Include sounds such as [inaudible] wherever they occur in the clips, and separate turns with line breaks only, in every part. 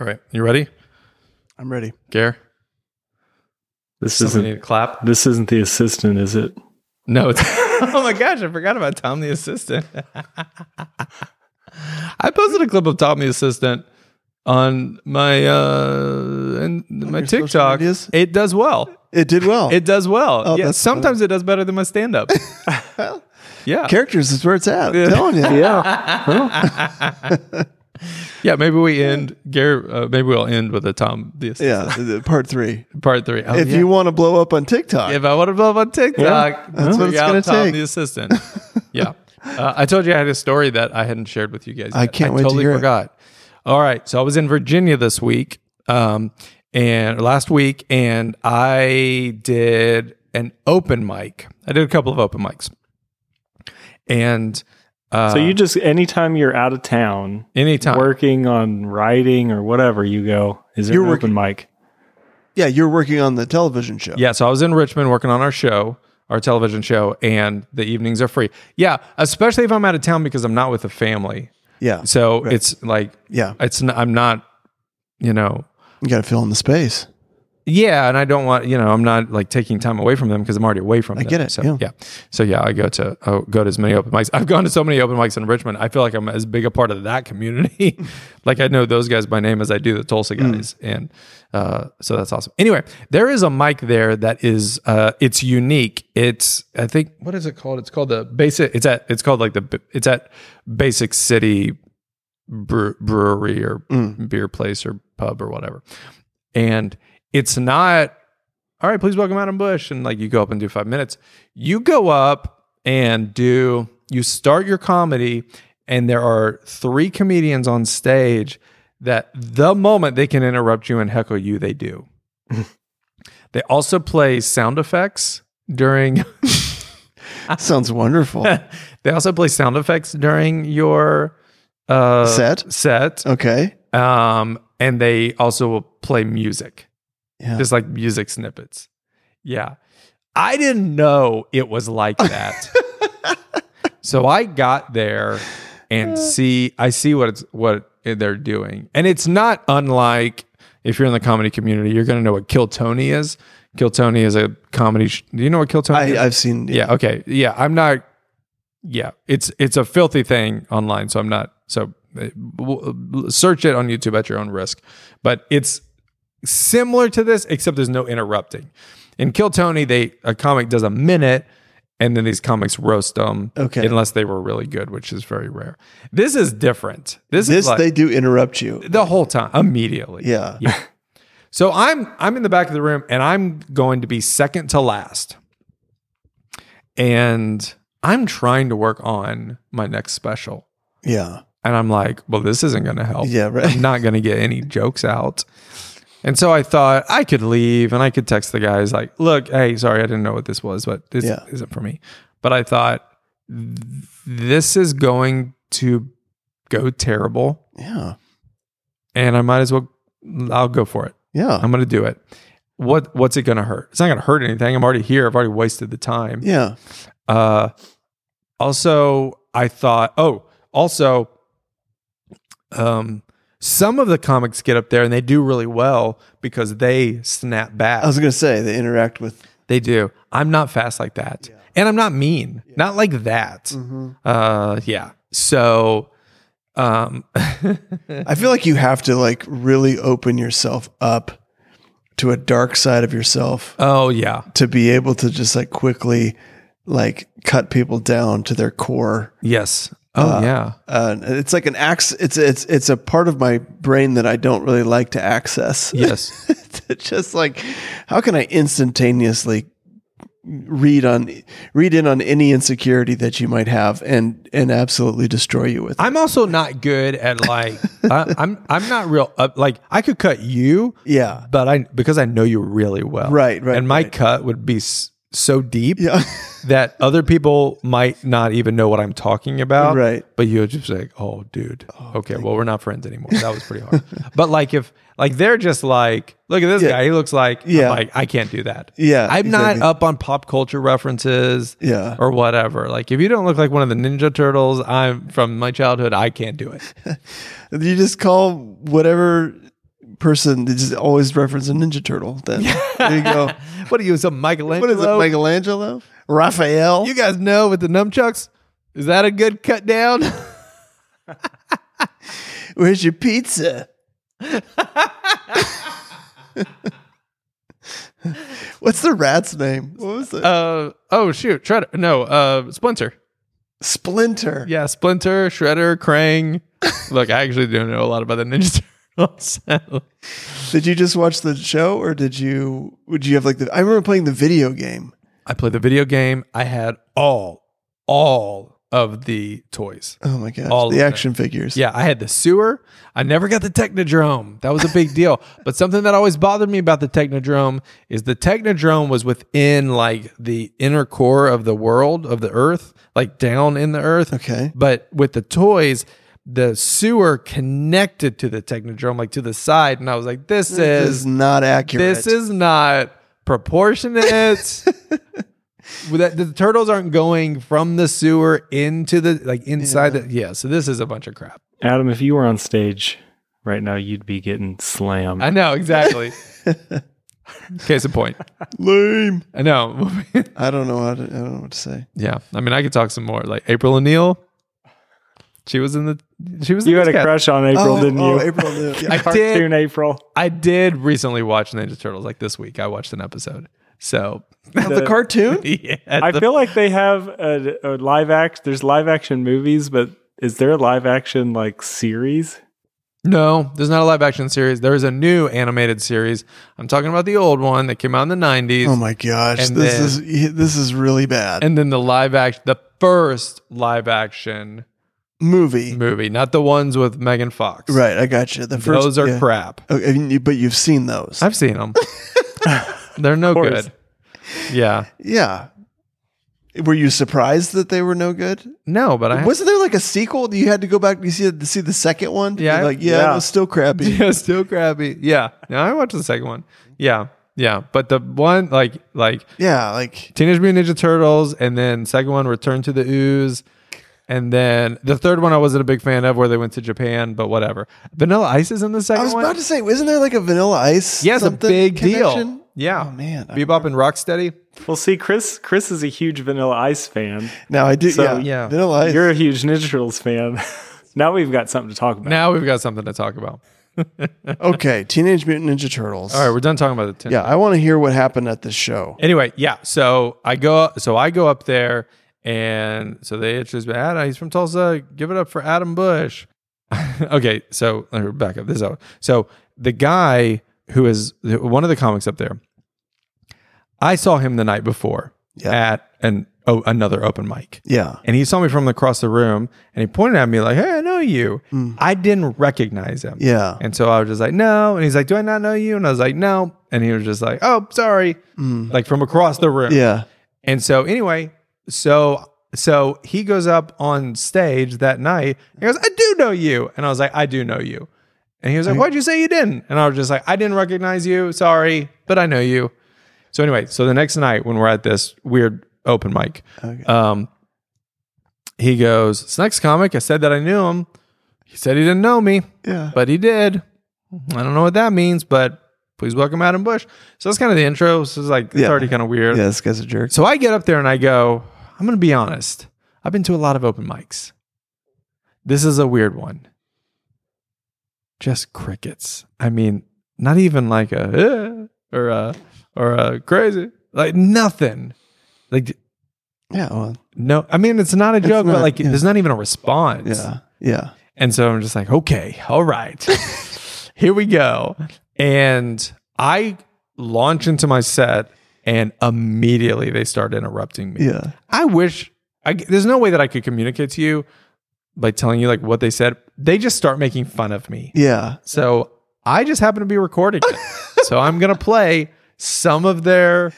All right. You ready?
I'm ready.
Gare?
This
Somebody
isn't
need to clap?
this isn't the assistant, is it?
No. [laughs] It's, oh my gosh, I forgot about Tom the assistant. [laughs] I posted a clip of Tom the assistant on my uh and my
your social
TikTok.
medias?
It does well.
It did well.
It does well.
Oh,
yeah,
that's
sometimes it does better than my stand
[laughs]
up. yeah.
Characters is where it's at.
Yeah.
I'm telling you.
Yeah.
Yeah, maybe we end Gary uh, maybe we'll end with a Tom the assistant.
Yeah. the- Part three.
Part 3. Oh,
if
yeah.
you want to blow up on TikTok,
If I want to blow up on TikTok,
Yeah,
that's
what it's gonna
Tom,
take.
The
[laughs]
assistant. yeah, uh, I told you I had a story that I hadn't shared with you guys.
I
yet.
can't wait to
totally
hear it.
forgot. All right, so I was in Virginia this week, um, and or last week, and I did an open mic. I did a couple of open mics, and uh,
So you just anytime you're out of town
anytime
working on writing or whatever, you go, is there
You're
an
working-
open mic?
yeah, you're working on the television show.
Yeah, so I was in Richmond working on our show, our television show, and the evenings are free. Yeah, especially if I'm out of town because I'm not with the family.
Yeah.
So it's like
Yeah.
it's n- I'm not, you know,
You got to fill in the space.
yeah, and I don't want you know I'm not like taking time away from them because I'm already away from them.
get it,
So
yeah.
so yeah, I go to I go to as many open mics. I've gone to so many open mics in Richmond. I feel like I'm as big a part of that community. [laughs] like I know those guys by name as I do the Tulsa
Mm.
guys, and uh, so that's awesome. Anyway, there is a mic there that is uh, it's unique. It's I think what is it called? It's called the basic. It's at it's called like the it's at Basic City Bre- Brewery or
Mm.
beer place or pub or whatever and it's not all right please welcome adam bush and like you go up and do five minutes you go up and do you start your comedy and there are three comedians on stage that the moment they can interrupt you and heckle you they do they also play sound effects during [laughs] Ah.
Sounds wonderful.
Uh, they also play sound effects during your uh
Set?
set
Okay.
um and they also will play music
Yeah.
just like music snippets. Yeah. I didn't know it was like
[laughs]
that. so I got there and see I see what it's what they're doing. And it's not unlike if you're in the comedy community, you're going to know what Kill Tony is. Kill Tony is a comedy sh- Do you know what Kill Tony
I,
is?
I've seen.
yeah, okay. Yeah, I'm not yeah, it's it's a filthy thing online, so I'm not so uh, w- search it on YouTube at your own risk. But it's similar to this, except there's no interrupting. In Kill Tony, they a comic does a minute, and then these comics roast them.
Okay.
unless they were really good, which is very rare. This is different. This, is
This
like
they do interrupt you.
the whole time immediately.
Yeah.
So I'm I'm in the back of the room, and I'm going to be second to last, and I'm trying to work on my next special.
Yeah.
And I'm like, well, this isn't going to help.
Yeah, right.
[laughs] I'm not going to get any jokes out. And so I thought I could leave and I could text the guys like, look, hey, sorry, I didn't know what this was, but this
Yeah.
isn't for me. But I thought this is going to go terrible
Yeah.
and I might as well, I'll go for it.
Yeah.
I'm going to do it. What What's it going to hurt? It's not going to hurt anything. I'm already here. I've already wasted the time.
yeah.
Uh, also, I thought, oh, also, um, some of the comics get up there and they do really well because they snap back.
I was going to say they interact with.
they do. I'm not fast like that, and I'm not mean, not like that.
Mm-hmm.
Uh, yeah. So, um, [laughs]
I feel like you have to like really open yourself up to a dark side of yourself
oh yeah,
to be able to just like quickly like cut people down to their core.
yes, oh yeah.
Uh, it's like an ax. It's it's it's a part of my brain that I don't really like to access. [laughs]
Yes.
to just like how can I instantaneously read on read in on any insecurity that you might have and and absolutely destroy you with it?
I'm also not good at
[laughs]
like I, I'm I'm not real up like I could cut you
yeah
but I because I know you really well
Right, right,
and my
right.
cut would be s- so deep
yeah [laughs]
that other people might not even know what I'm talking about
Right.
but you're just like oh dude okay well we're not friends anymore that was pretty
[laughs]
hard but like if like they're just like look at this guy he looks like I'm
Yeah.
like I can't do that
Yeah,
I'm
exactly.
not up on pop culture references
Yeah.
or whatever like if you don't look like one of the Ninja Turtles I'm from my childhood I can't do it
you just call whatever person that just always referenced a Ninja Turtle.
[laughs]
Then there you go.
[laughs] What are you, some Michelangelo?
What is it, Michelangelo? Raphael?
You guys know with the nunchucks, is that a good cut down?
Where's your [laughs] pizza? What's the rat's name? What was it?
[laughs] uh, oh shoot, Shredder. No, uh, Splinter.
Splinter.
Yeah, Splinter, Shredder, Krang. [laughs] Look, I actually don't know a lot about the Ninja [laughs] Turtles. so-
Did you just watch the show, or did you? Would you have like the? I remember playing the video game.
I played the video game. I had all, all of the toys.
Oh my gosh,
All
the
of them.
action figures.
Yeah, I had the sewer. I never got the Technodrome. That was a big
[laughs]
deal. But something that always bothered me about the Technodrome is the Technodrome was within like the inner core of the world of the Earth, like down in the Earth.
Okay.
But with the toys, the sewer connected to the Technodrome, like to the side, and I was like, "This
This
is
is not accurate.
this is not
[laughs]
proportionate. With that, the turtles aren't going from the sewer into the like inside the yeah. So this is a bunch of crap.
Adam, if you were on stage right now, you'd be getting slammed.
I know exactly. Case in point.
lame.
I know. [laughs]
I don't know how to. I don't know what to say.
yeah. I mean, I could talk some more. Like April O'Neil. She was in the. She was.
you
in
had a
this cast.
crush on April,
oh,
didn't
oh,
you?
April knew.
[laughs]
Yeah.
I did.
Cartoon April.
I did recently watch Ninja Turtles. Like this week, I watched an episode. So.
the
[laughs]
cartoon.
yeah.
I
the-
feel like they have a, a live act. There's live action movies, but is there a live action like series?
No, there's not a live action series. There is a new animated series. I'm talking about the old one that came out in the 90s.
Oh my gosh,
And
this
then-
is this is really bad.
and then the live action, the first live action
Movie.
movie, not the ones with Megan Fox.
Right, I got you. The first
Those are
yeah.
crap.
Okay, Oh, I mean, you- but you've seen those.
I've seen them. [laughs] They're no
course.
good. Yeah.
yeah. Were you surprised that they were no good?
No, but I
Wasn't there like a sequel? You had to go back to see to see the second one.
Yeah,
You're like yeah,
yeah.
it was
[laughs]
still crappy.
yeah, still crappy. Yeah. No, I watched the second one. Yeah. Yeah. But the one like like
yeah, like
Teenage Mutant Ninja Turtles, and then second one, Return to the Ooze, and then the third one I wasn't a big fan of, where they went to Japan, but whatever. Vanilla Ice is in the second
I was
one.
about to say, isn't there like a Vanilla Ice?
yeah, it's a
something
big
connection?
deal. Yeah,
Oh, man, I
Bebop and Rocksteady.
Well, see, Chris. Chris is a huge Vanilla Ice fan.
Now I do.
So,
yeah,
yeah.
Vanilla Ice.
You're a huge Ninja Turtles fan. [laughs] now we've got something to talk about.
Now we've got something to talk about.
okay, Teenage Mutant Ninja Turtles.
All right, we're done talking about the ten.
Yeah, I want to hear what happened at this show.
Anyway, yeah. So I go. So I go up there, and so they introduce me. Adam, he's from Tulsa. Give it up for Adam Bush. [laughs] okay, so let me back up this out. So the guy who is one of the comics up there, I saw him the night before
Yeah.
at an oh, another open mic.
Yeah.
And he saw me from across the room and he pointed at me like, Hey, I know you. I didn't recognize him.
Yeah.
And so I was just like, No. And he's like, Do I not know you? And I was like, No. And he was just like, Oh, sorry. Like from across the room.
Yeah.
And so anyway, so so he goes up on stage that night. And he goes, I do know you. And I was like, I do know you. And he was like, Why'd you say you didn't? And I was just like, I didn't recognize you. Sorry, but I know you. So anyway, so the next night when we're at this weird open mic, um, he goes, This next comic, I said that I knew him. He said he didn't know me,
Yeah.
but he did. I don't know what that means, but please welcome Adam Bush. So that's kind of the intro. So it's like, it's
Yeah.
already kind of weird.
Yeah, this guy's a jerk.
So I get up there and I go, I'm going to be honest. I've been to a lot of open mics. This is a weird one. Just crickets. I mean, not even like a eh, or a or a crazy. Like nothing. Like
Yeah. Well,
no, I mean it's not a joke, but
not,
like
yeah.
there's not even a response.
yeah. Yeah.
And so I'm just like, okay, all
[laughs]
right, here we go. And I launch into my set, and immediately they start interrupting me.
Yeah.
I wish I, there's no way that I could communicate to you by telling you like what they said. They just start making fun of me.
Yeah.
So I just happen to be
[laughs]
recording. it. so I'm gonna play some of their,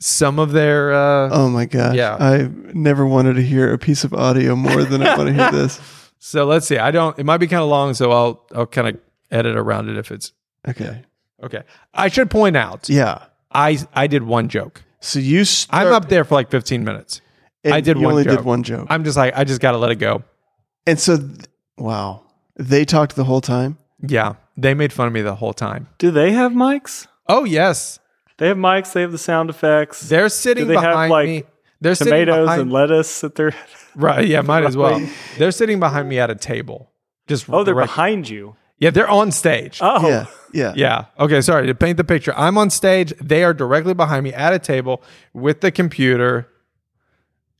some of their. Uh,
Oh my gosh.
Yeah.
I never wanted to hear a piece of audio more than I want
[laughs]
to hear this.
So let's see. I don't. It might be kind of long, so I'll I'll kind of edit around it if it's
Okay.
okay. I should point out.
Yeah.
I I did one joke.
So you start,
I'm up there for like 15 minutes.
and
I did
you
one
only
joke.
did one joke.
I'm just like I just got to let it go.
and so th- wow. They talked the whole time.
Yeah. They made fun of me the whole time.
Do they have mics?
Oh yes,
They have mics. They have the sound effects.
they're sitting
they have,
behind
like,
me. They're sitting
tomatoes
behind,
and lettuce at their.
right. Yeah, might as well. They're sitting behind me at a table. Just
[laughs] Oh, they're
direct-
behind you.
Yeah, they're on stage.
Oh,
Yeah. Yeah.
Yeah. Okay. Sorry to paint the picture. I'm on stage. They are directly behind me at a table with the computer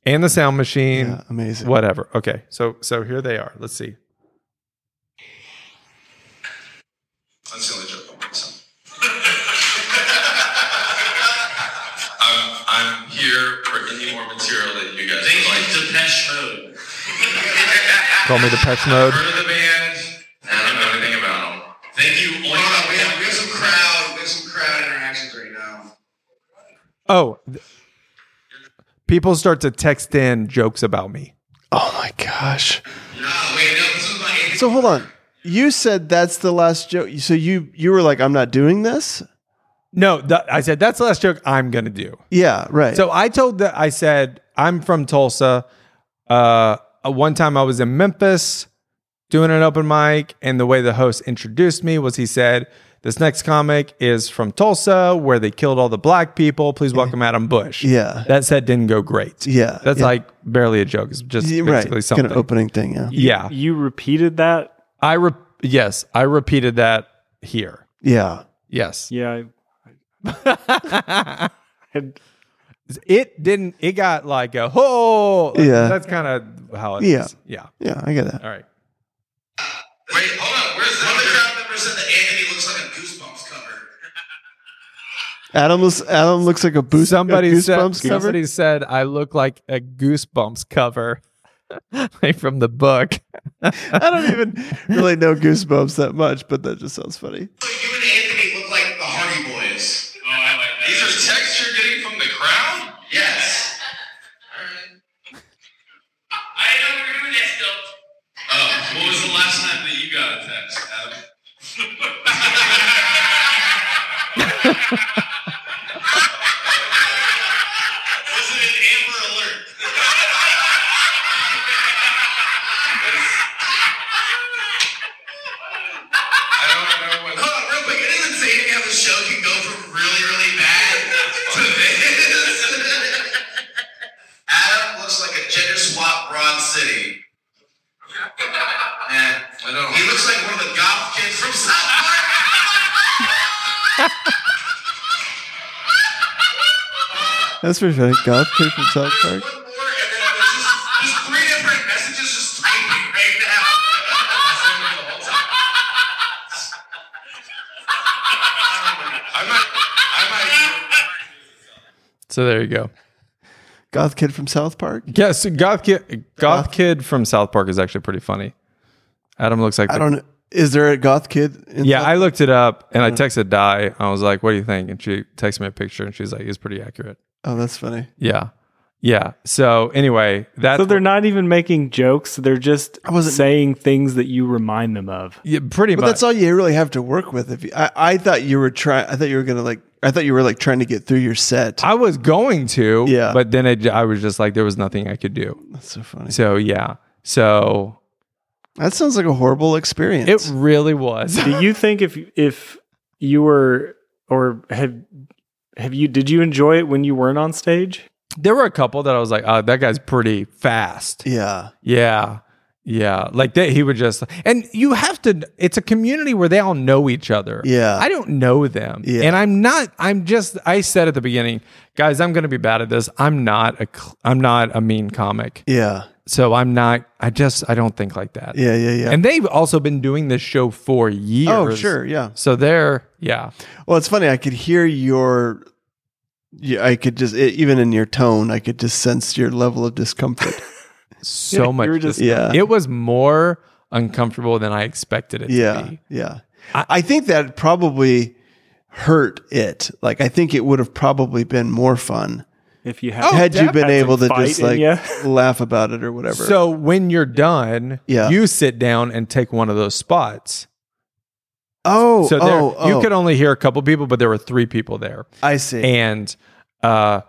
and the sound machine.
Yeah, amazing.
Whatever. Okay. So so here they are. Let's see.
That's the only joke I'm making. [laughs] I'm, I'm here for any more material that you guys
They
would
use
like.
Depeche Mode.
Call me the Depeche
[laughs]
Mode.
Heard of the band? I don't know anything about them.
Thank you. Oink.
Hold on, we have, we have some crowd, we have some crowd interactions right now.
Oh, th- people start to text in jokes about me.
Oh my gosh.
No, wait, no, this is my.
So hold on. You said that's the last joke. So you you were like, I'm not doing this.
No, th- I said that's the last joke I'm gonna do.
Yeah. Right.
So I told that I said I'm from Tulsa. Uh, one time I was in Memphis doing an open mic, and the way the host introduced me was he said, "This next comic is from Tulsa, where they killed all the black people. Please welcome Adam Bush."
Mm-hmm. Yeah.
that set didn't go great.
Yeah,
that's
yeah.
like barely a joke. It's just
Yeah, right.
basically
Kind
something.
of opening thing. Yeah.
yeah,
you repeated that.
I re- yes, I repeated that here.
Yeah.
Yes,
Yeah.
[laughs]
I, And
it didn't. It got like a whoa.
Yeah.
that's kind of how it is.
Yeah.
Yeah.
Yeah. I get that.
All right.
Wait, hold on, where's that? One of the crowd members said that Anthony looks like a Goosebumps cover.
Adam looks, Adam looks like a boost.
somebody
a goosebumps
said,
cover.
Somebody said I look like a Goosebumps cover [laughs] like from the book.
I don't even really know goosebumps that much, but that just sounds funny.
So you and Anthony look like the Hardy Boys.
Oh, I like that.
These are texts you're getting from the crowd?
Yes.
[laughs] I don't remember that stuff.
Oh, what was the last time that you got a text,
[laughs]
[laughs]
Adam?
Was it an Amber Alert?
I don't know what.
Hold on, real quick. It is insane how the show can go from really, really bad to this. Adam looks like a gender swap Broad City.
Eh, I don't.
He looks like one of the goth kids from South Park.
That's pretty funny. God came from South Park.
One more, and then there's just, there's three different messages just typing right now.
[laughs] I might. I might.
So there you go.
Goth kid from South Park.
Yes, Goth Kid Goth Kid from South Park is actually pretty funny. Adam looks like
I
the-
don't. Is there a goth kid? In
Yeah,
South-
I looked it up and I texted Di. I was like, "What do you think?" And she texted me a picture and she's like, "It's pretty accurate."
oh, that's funny.
Yeah. Yeah. So anyway, that's
so they're not even making jokes. They're just
wasn't-
saying things that you remind them of.
yeah, pretty
But
much
that's all you really have to work with. If you, I, I thought you were trying, I thought you were gonna like, I thought you were like trying to get through your set.
I was going to,
Yeah.
but then it, I was just like there was nothing I could do.
that's so funny.
So yeah. So
That sounds like a horrible experience.
it really was. [laughs]
Do you think if if you were or have have you did you enjoy it when you weren't on stage?
there were a couple that I was like, oh, that guy's pretty fast.
yeah,
Yeah. Yeah. Like that he would just and you have to it's a community where they all know each other.
Yeah.
I don't know them.
Yeah.
And I'm not I'm just I said at the beginning, guys, I'm going to be bad at this. I'm not a cl- I'm not a mean comic.
yeah,
So I'm not I just I don't think like that.
yeah, yeah, yeah.
And they've also been doing this show for years.
oh, sure, yeah.
So they're yeah.
Well, it's funny. I could hear your, yeah, I could just it, even in your tone, I could just sense your level of discomfort.
So
You
much
were just-
Yeah.
It was more uncomfortable than I expected it to
yeah,
be.
yeah. I, I think that probably hurt it. Like, I think it would have probably been more fun
If you had
Oh,
had you
def-
been
had
able to
some
just
fight
like
in ya.
[laughs] laugh about it or whatever.
So when you're done,
Yeah.
you sit down and take one of those spots.
oh,
So there,
oh, oh,
you could only hear a couple people, but there were three people there.
I see.
And uh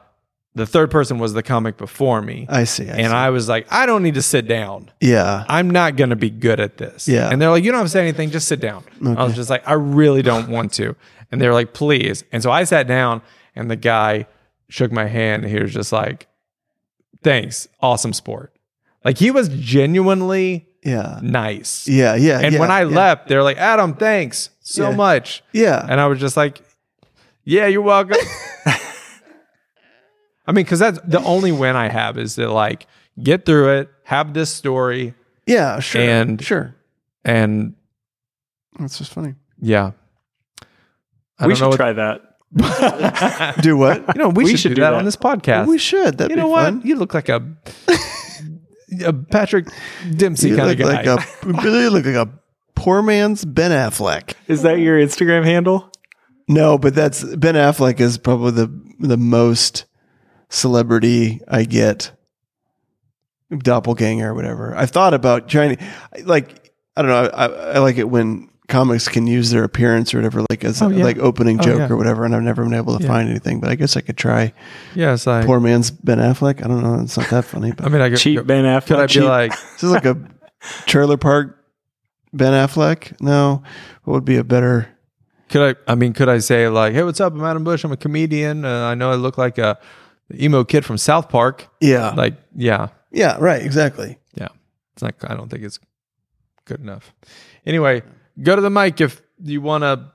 the third person was the comic before me.
I see. I
and
see.
I was like, I don't need to sit down.
yeah.
I'm not going to be good at this.
Yeah.
And they're like, you don't have to say anything. Just sit down. I was just like, I really don't want to. And they're like, please. And so I sat down and the guy shook my hand. And he was just like, thanks. Awesome sport. Like he was genuinely
yeah.
nice.
Yeah. Yeah.
And
yeah,
when I
yeah,
left, they're like, Adam, thanks so
Yeah.
much.
Yeah.
And I was just like, yeah, you're welcome.
[laughs]
I mean, because that's the only win I have is to like get through it, have this story,
yeah. Sure.
and-
sure.
and
That's
[laughs]
just funny.
yeah. I
we
don't know
should
what-
try that.
Do what?
You know, we, should, do, that, on this podcast.
we should. That'd
you know
be
what?
fun.
You look like a a Patrick Dempsey
You
kind of
look
guy.
like a you look like a poor man's Ben Affleck.
Is that your Instagram handle?
No, but that's Ben Affleck is probably the the most celebrity I get. Doppelganger or whatever. I've thought about trying to like I don't know. I, I like it when comics can use their appearance or whatever, like as
Oh, yeah.
like opening
Oh,
joke
yeah.
or whatever. And I've never been able to
Yeah.
find anything, but I guess I could try.
[laughs] yeah, it's like
Poor man's Ben Affleck. I don't know. It's not that funny, but
I mean, I could,
Cheap Ben Affleck.
could I
cheap.
be like
this is like a trailer park Ben Affleck. No, what would be a better?
Could I? I mean, could I say like, "Hey, what's up? I'm Adam Bush. I'm a comedian. Uh, I know I look like a emo kid from South Park."
Yeah,
Like, yeah,
yeah, right, exactly.
yeah. It's not. I don't think it's good enough. Anyway, go to the mic if you want to.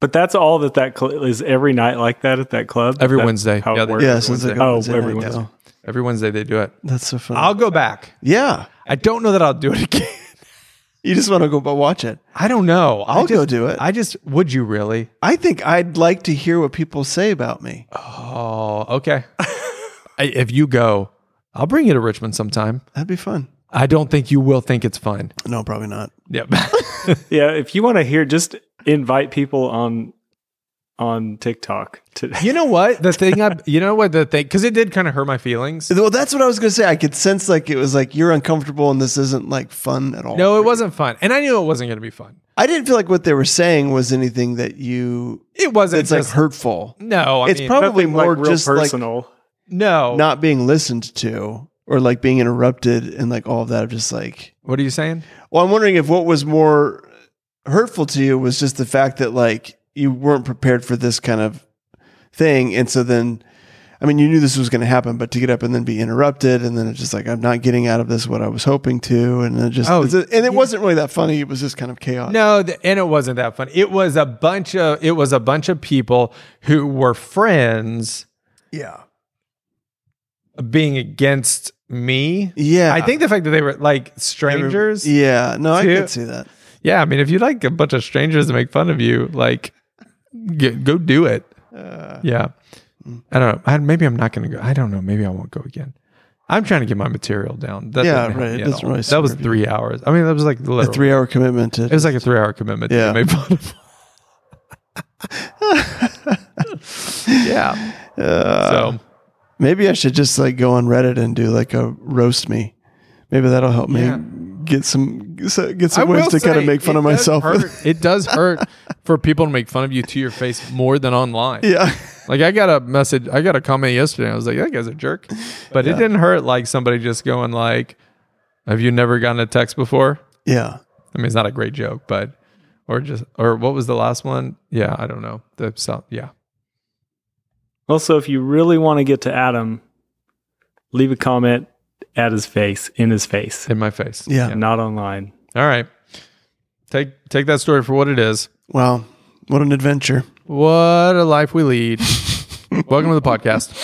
But that's all that that cl- is every night like that at that club.
Every
That's
Wednesday.
How
Yeah,
it
they-
works.
Yeah, since
Wednesday.
I go
Oh,
Wednesday night
every
now.
Wednesday.
Every Wednesday they do it.
That's so funny.
I'll go back.
yeah,
I don't know that I'll do it [laughs] again.
you just want to go but watch it.
I don't know. I
I'll go
just-
do it.
I just would you really?
I think I'd like to hear what people say about me.
Oh,
[laughs]
okay. I, if you go, I'll bring you to Richmond sometime.
That'd be fun.
I don't think you will think it's fun.
No, probably not.
Yep.
Yeah, if you want to hear, just invite people on on TikTok. To,
[laughs]
[laughs]
You know what? The thing I, you know what the thing, because it did kind of hurt my feelings.
Well, that's what I was gonna say. I could sense like it was like you're uncomfortable and this isn't like fun at all.
No, it wasn't fun, and I knew it wasn't going to be fun.
I didn't feel like what they were saying was anything that you.
It wasn't.
It's like
just-
hurtful.
no, I
it's
mean,
prob- probably
Nothing, like,
more
real
just, like-
personal.
no.
not being listened to or like being interrupted and like all of that. I'm just like,
what are you saying?
well, I'm wondering if what was more hurtful to you was just the fact that like you weren't prepared for this kind of thing. And so then, I mean, you knew this was going to happen, but to get up and then be interrupted and then it's just like, I'm not getting out of this what I was hoping to. And it just,
Oh,
and it wasn't really that funny. It was just kind of chaos.
No, th- and it wasn't that fun. It was a bunch of it was a bunch of people who were friends
Yeah.
being against me.
Yeah.
I think the fact that they were like strangers. Yeah,
Yeah. No, I
Two-
could see that.
I mean, if you like a bunch of strangers to make fun of you, like get, go do it.
Uh,
Yeah. I don't know. I, maybe I'm not going to go. I don't know. Maybe I won't go again. I'm trying to get my material down. That
Yeah,
doesn't help
right.
me
It
at
doesn't
all.
really
that was
serve you.
three hours. I mean, that was like
a
literally.
three hour commitment to
It was like a three hour commitment. To
Yeah.
make fun of.
[laughs]
yeah.
Uh,
so
Maybe I should just like go on Reddit and do like a roast me. Maybe that'll help me
Yeah.
get some so- get
I
some ways
will
to kind of
say,
make fun
it
of
does
myself. with.
hurt- it does hurt for people to make fun of you to your face more than online.
[laughs] yeah,
Like I got a message, I got a comment yesterday. I was like, "That guy's a jerk," but it didn't hurt like somebody just going like, "Have you never gotten a text before?"
yeah,
I mean, it's not a great joke, but or just or what was the last one? Yeah, I don't know. The so, yeah.
Also, if you really want to get to Adam, leave a comment at his face, in his face,
in my face.
yeah.
not online.
All right. Take take that story for what it is.
Wow, what an adventure!
What a life we
[laughs]
lead. Welcome to the podcast.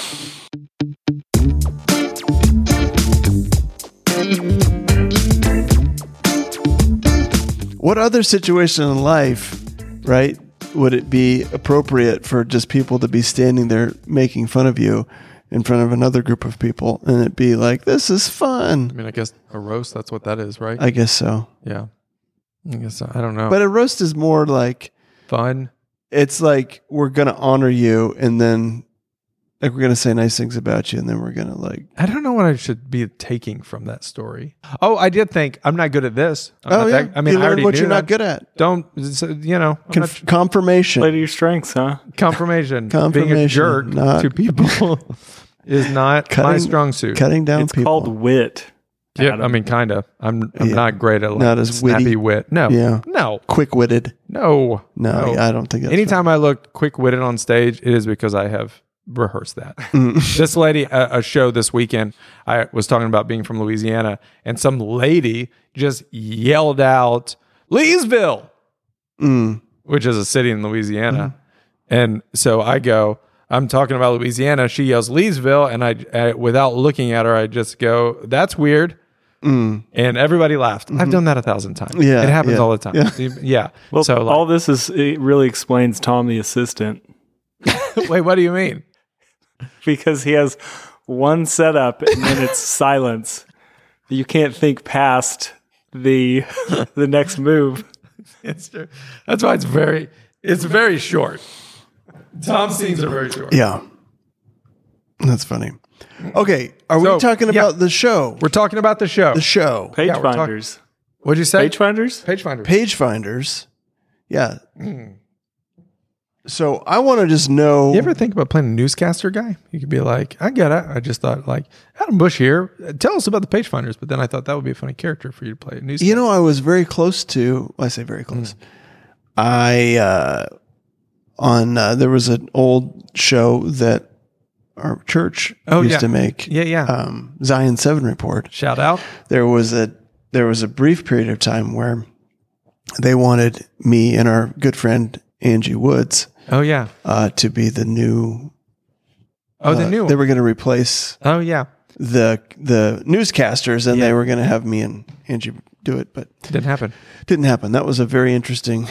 What other situation in life, right, would it be appropriate for just people to be standing there making fun of you in front of another group of people and it be like, this is
I
fun?
mean, I guess a roast, that's what that is, right?
I guess so.
yeah. I guess I don't know.
But a roast is more like
fun.
it's like we're gonna honor you and then like we're gonna say nice things about you and then we're gonna like
I don't know what I should be taking from that story. Oh, I did think I'm not good at this. I'm
oh
not
yeah
that- I mean,
you
I
learned
already
what
knew
you're
that.
not good at
Don't it's, uh, you know I'm
Conf- confirmation
Play to your strengths, huh?
not- confirmation. Being a
Confirmation,
jerk
[laughs] not-
to people is not my
Cutting-
strong suit.
Cutting down
It's
people.
called wit.
yeah,
Adam.
I mean, kind of. I'm I'm
Yeah.
not great at like
Not as
snappy
witty.
wit. No,
Yeah.
no,
quick witted.
no,
No, yeah, I don't think that's
Anytime I look quick witted on stage, it is because I have rehearsed that. [laughs] this lady, a, a show this weekend, I was talking about being from Louisiana, and some lady just yelled out, Leesville,
right. Mm.
which is a city in Louisiana. And so I go, I'm talking about Louisiana. She yells Leesville, and I, I, without looking at her, I just go, "That's weird," and everybody laughed. I've done that a thousand times.
Yeah,
it happens
yeah,
all the time. [laughs] Yeah.
Well,
so, like,
all this is it really explains Tom the assistant
[laughs] wait, what do you mean?
[laughs] because he has one setup and
[laughs]
then it's silence. You can't think past the [laughs] the next move.
It's true. That's why it's very it's very short. Tom scenes are very short.
Yeah. That's funny. Okay. Are
So,
we talking
yeah.
about the show?
We're talking about the show.
The show.
Page
Yeah, we're talking-
finders.
What'd you say?
Page finders?
Page finder.
Page finders. Yeah. So I want to just know.
Hmm. you ever think about playing a newscaster guy? You could be like, I get it. I just thought like Adam Bush here. Tell us about the page finders. But then I thought that would be a funny character for you to play. A news.
You know, I was very close to. well, I say very close.
Hmm.
I uh, on uh, there was an old show that our church
Oh,
used
yeah.
to make.
Yeah, yeah.
Um, Zion Seven Report.
Shout out.
There was a there was a brief period of time where they wanted me and our good friend Angie Woods
Oh yeah.
uh, to be the new.
Oh the
uh,
new one.
They were going to replace
oh yeah.
the the newscasters, and they were going to have me and Angie do it, but
Didn't
[laughs]
happen.
didn't happen. That was a very interesting.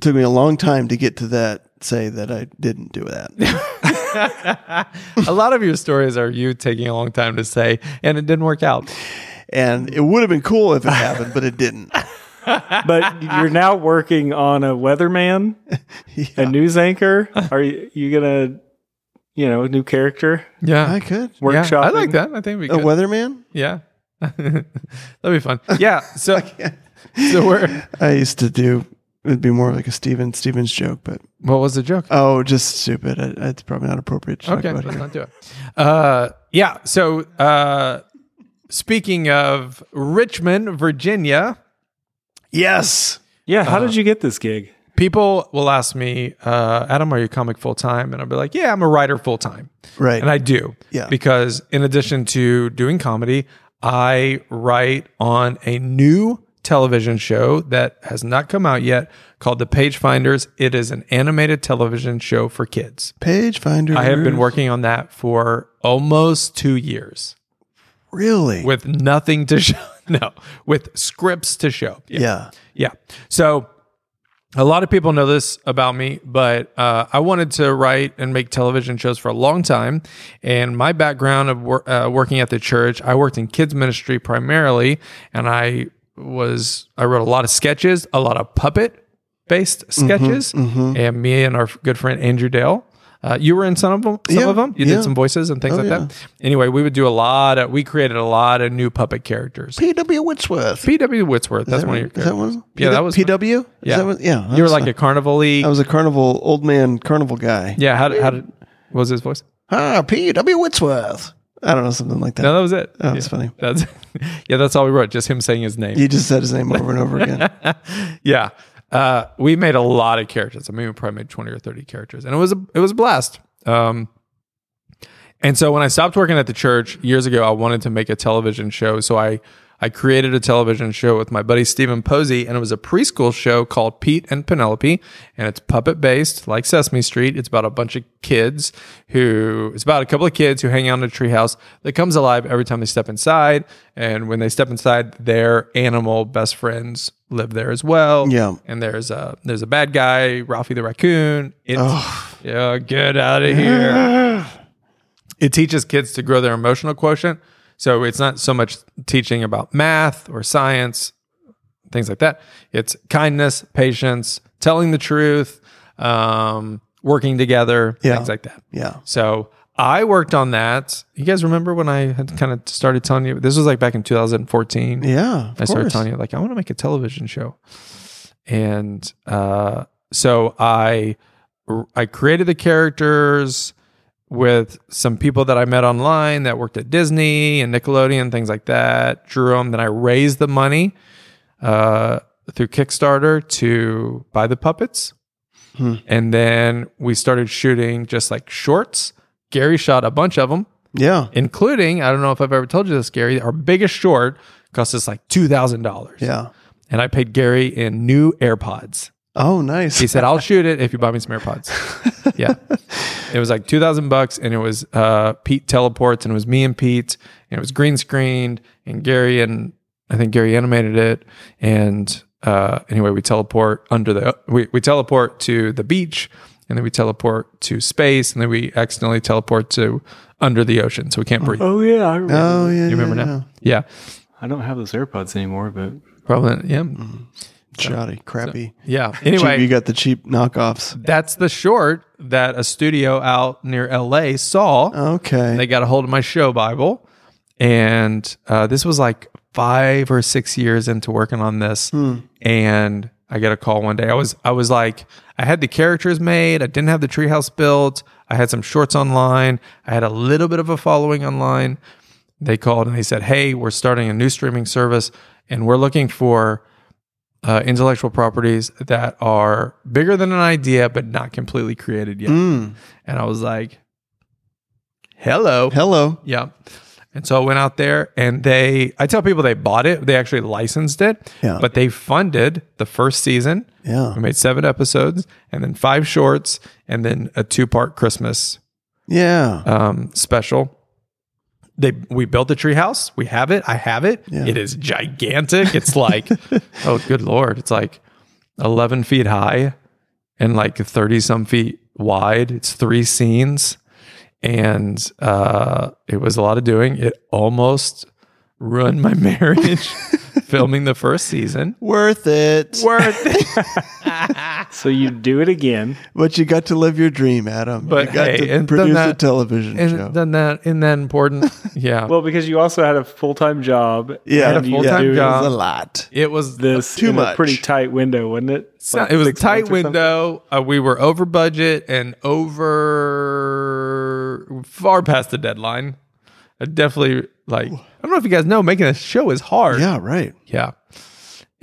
Took me a long time to get to that. Say that I didn't do [laughs] that.
a lot of your stories are you taking a long time to say, and it didn't work out.
and it would have been cool if it happened, but it didn't.
[laughs]
But you're now working on a weatherman, a news anchor. Are you, you gonna, you know, a new character?
Yeah.
[laughs] I Oh, could
Yeah,
Workshop.
I like that. I think we
a
could.
weatherman.
Yeah. [laughs] That'd be fun. Yeah. So so we're [laughs]
I used to do. It'd be more like a Steven Stevens joke, but
what was the joke?
oh, just stupid. It- It's probably not appropriate to talk
okay,
about
let's
here.
not do it. Uh yeah. So uh speaking of Richmond, Virginia,
Yes,
Yeah. How
Uh.
did you get this gig?
people will ask me, uh, Adam, are you a comic full time? And I'll be like, Yeah, I'm a writer full time.
right.
And I do.
Yeah.
Because in addition to doing comedy, I write on a new television show that has not come out yet called The Page Finders. It is an animated television show for kids.
Page Finder.
I have been working on that for almost two years
really.
with nothing to [laughs] show. No, with scripts to show.
yeah.
Yeah. So a lot of people know this about me, but uh, I wanted to write and make television shows for a long time. And my background of wor- uh, working at the church, I worked in kids ministry primarily, and I was I wrote a lot of sketches, a lot of puppet based
Mm-hmm,
sketches, and me and our f- good friend Andrew Dale. Uh, you were in some of them. Some
Yeah,
of them. You
yeah. Oh,
did some voices and things like
yeah.
that. Anyway, we would do a lot. Of, we created a lot of new puppet characters.
P.W. Whitsworth.
P.W. Whitsworth. That's one of your
Is
characters.
that one?
Yeah, that was
P.W. Is
Yeah.
that one? yeah.
You were
that's
like
fine.
a carnival league.
I was a carnival old man carnival guy.
yeah. How did, how did what was his voice?
Ah, P.W. Whitsworth. I don't know, something like that.
No, that was it.
Oh, that's
yeah.
funny.
That's [laughs] yeah. That's all we wrote. Just him saying his name.
You just said his name over and
[laughs]
over again.
Yeah. Uh, we made a lot of characters. I mean, we probably made twenty or thirty characters, and it was a it was a blast. Um, and so when I stopped working at the church years ago, I wanted to make a television show. So I I created a television show with my buddy Stephen Posey, and it was a preschool show called Pete and Penelope, and it's puppet based, like Sesame Street. It's about a bunch of kids who it's about a couple of kids who hang out in a treehouse that comes alive every time they step inside, and when they step inside, their animal best friends live there as well.
Yeah.
and there's a there's a bad guy, Ralphie the raccoon. It's, yeah, get out of here it teaches kids to grow their emotional quotient. So it's not so much teaching about math or science, things like that. It's kindness, patience, telling the truth, um, working together,
Yeah.
things like that.
Yeah.
So I worked on that. You guys remember when I had kind of started telling you this was like back in 2014.
Yeah. Of
I started
course.
telling you like I want to make a television show, and uh, so I I created the characters. with some people that I met online that worked at Disney and Nickelodeon, things like that. Drew them. Then I raised the money uh, through Kickstarter to buy the puppets. And then we started shooting just like shorts. Gary shot a bunch of them,
Yeah.
including, I don't know if I've ever told you this, Gary, our biggest short cost us like $2,000.
Yeah.
And I paid Gary in new AirPods.
Oh, nice.
He said, "I'll shoot it if you buy me some AirPods." yeah, it was like two thousand bucks, and it was uh, Pete teleports, and it was me and Pete, and it was green screened, and Gary and I think Gary animated it, and uh, anyway, we teleport under the we we teleport to the beach, and then we teleport to space, and then we accidentally teleport to under the ocean, so we can't breathe.
Oh yeah, I remember.
oh, yeah.
You remember
yeah,
now? Yeah,
I don't have those AirPods anymore, but
probably. Yeah,
yeah. Shoddy, crappy.
yeah.
Cheap,
Anyway,
you got the cheap knockoffs.
that's the short that a studio out near LA saw.
Oh. Okay.
They got a hold of my show Bible, and uh, this was like five or six years into working on this. And I get a call one day. I was I was like, I had the characters made. I didn't have the treehouse built. I had some shorts online. I had a little bit of a following online. They called and they said, "Hey, we're starting a new streaming service, and we're looking for." Uh, intellectual properties that are bigger than an idea but not completely created yet. And I was like, hello.
Hello.
Yeah. And so I went out there and they, I tell people they bought it, they actually licensed it,
Yeah.
but they funded the first season.
Yeah.
We made seven episodes and then five shorts and then a two part Christmas
Yeah.
um, special. They we built the treehouse. We have it. I have it.
Yeah.
It is gigantic. It's like, oh good lord! It's like eleven feet high and like thirty some feet wide. It's three scenes, and uh, it was a lot of doing. It almost ruined my [laughs] marriage. filming the first season.
Worth it.
Worth it.
[laughs] so you do it again.
But you got to live your dream, Adam.
But
you got
hey,
to
and
produce
then that-
a television show.
And then that isn't that important. Yeah.
Well, because you also had a full time job.
yeah,
had a
and you
full-time
do
It was
job.
a lot.
it was
This
Too
in
much.
a pretty tight window, wasn't it?
So-
Like
it was a
six
tight
months or something?
window. Uh, we were over budget and over far past the deadline. I definitely like. I don't know if you guys know, making a show is hard.
Yeah, right.
yeah,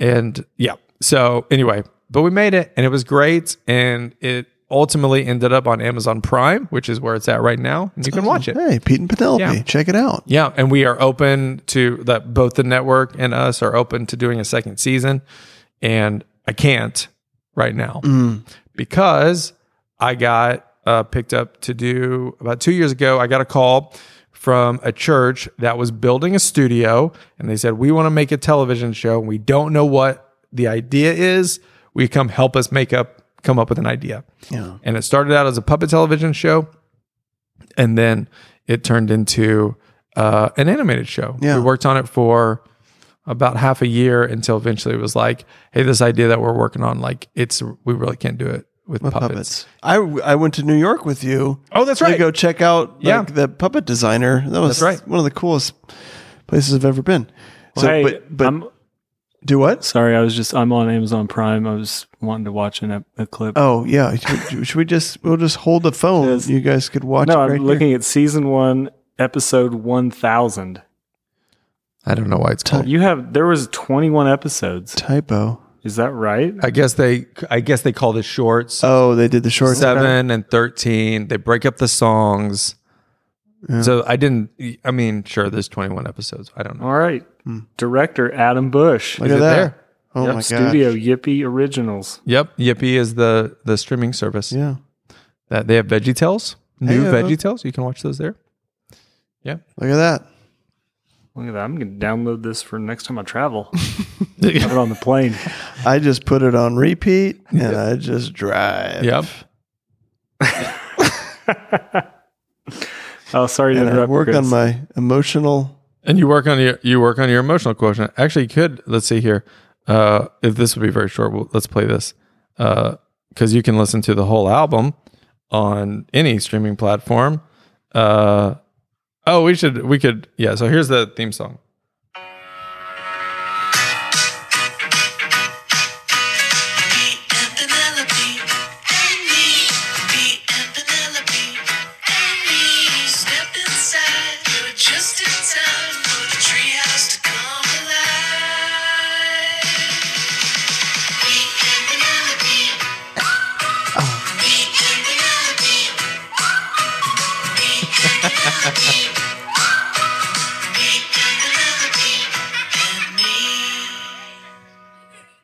and yeah. So anyway, but we made it, and it was great, and it ultimately ended up on Amazon Prime, which is where it's at right now, and you can watch it.
Hey, Pete and Penelope,
Yeah.
check it out.
Yeah, and we are open to that. Both the network and us are open to doing a second season, and I can't right now because I got uh, picked up to do about two years ago. I got a call from a church that was building a studio, and they said we want to make a television show, and we don't know what the idea is. We come help us make up come up with an idea.
Yeah.
And it started out as a puppet television show, and then it turned into uh, an animated show.
Yeah.
We worked on it for about half a year until eventually it was like, hey, this idea that we're working on, like, it's we really can't do it with, puppets.
Puppets. I, I went to New York with you.
Oh, that's
To
right.
go check out like,
Yeah.
the puppet designer. That was
That's right.
one of the coolest places I've ever been. so,
hey,
but, but
I'm
do what?
sorry. I was just I'm on Amazon Prime. I was wanting to watch an, ep- a clip.
Oh, yeah. Should we just, we'll just hold the phone.
Yes.
You guys could watch
no,
it right
I'm looking at season one, episode one thousand.
I don't know why it's called.
You have there was twenty one episodes.
here. Typo.
Is that right?
I guess they, I guess they call the shorts
Oh, they did the short
seven and thirteen. They break up the songs. So I didn't. I mean, sure, there's 21 episodes. I don't know.
All right. Director Adam Bush.
Hmm. Look
Is
at
it
that.
there?
Oh, my God.
Studio Yippee Originals.
Yep, Yippee is the the streaming service.
Yeah.
That they have Veggie Tales, new
Hey-o.
Veggie Tales. You can watch those there. Yeah.
Look at that.
Look at that. I'm going to download this for next time
[laughs]
I travel. Have it on the plane.
I just put it on repeat and I just drive.
Yep.
Oh, sorry to
And I
interrupt.
work
Chris.
on my emotional.
And you work on your you work on your emotional quotient. Actually, you could let's see here. Uh, if this would be very short, well, let's play this because you can listen to the whole album on any streaming platform. Uh, oh, we should we could yeah. So here's the theme song.
Penelope and me. Pete and Penelope and me.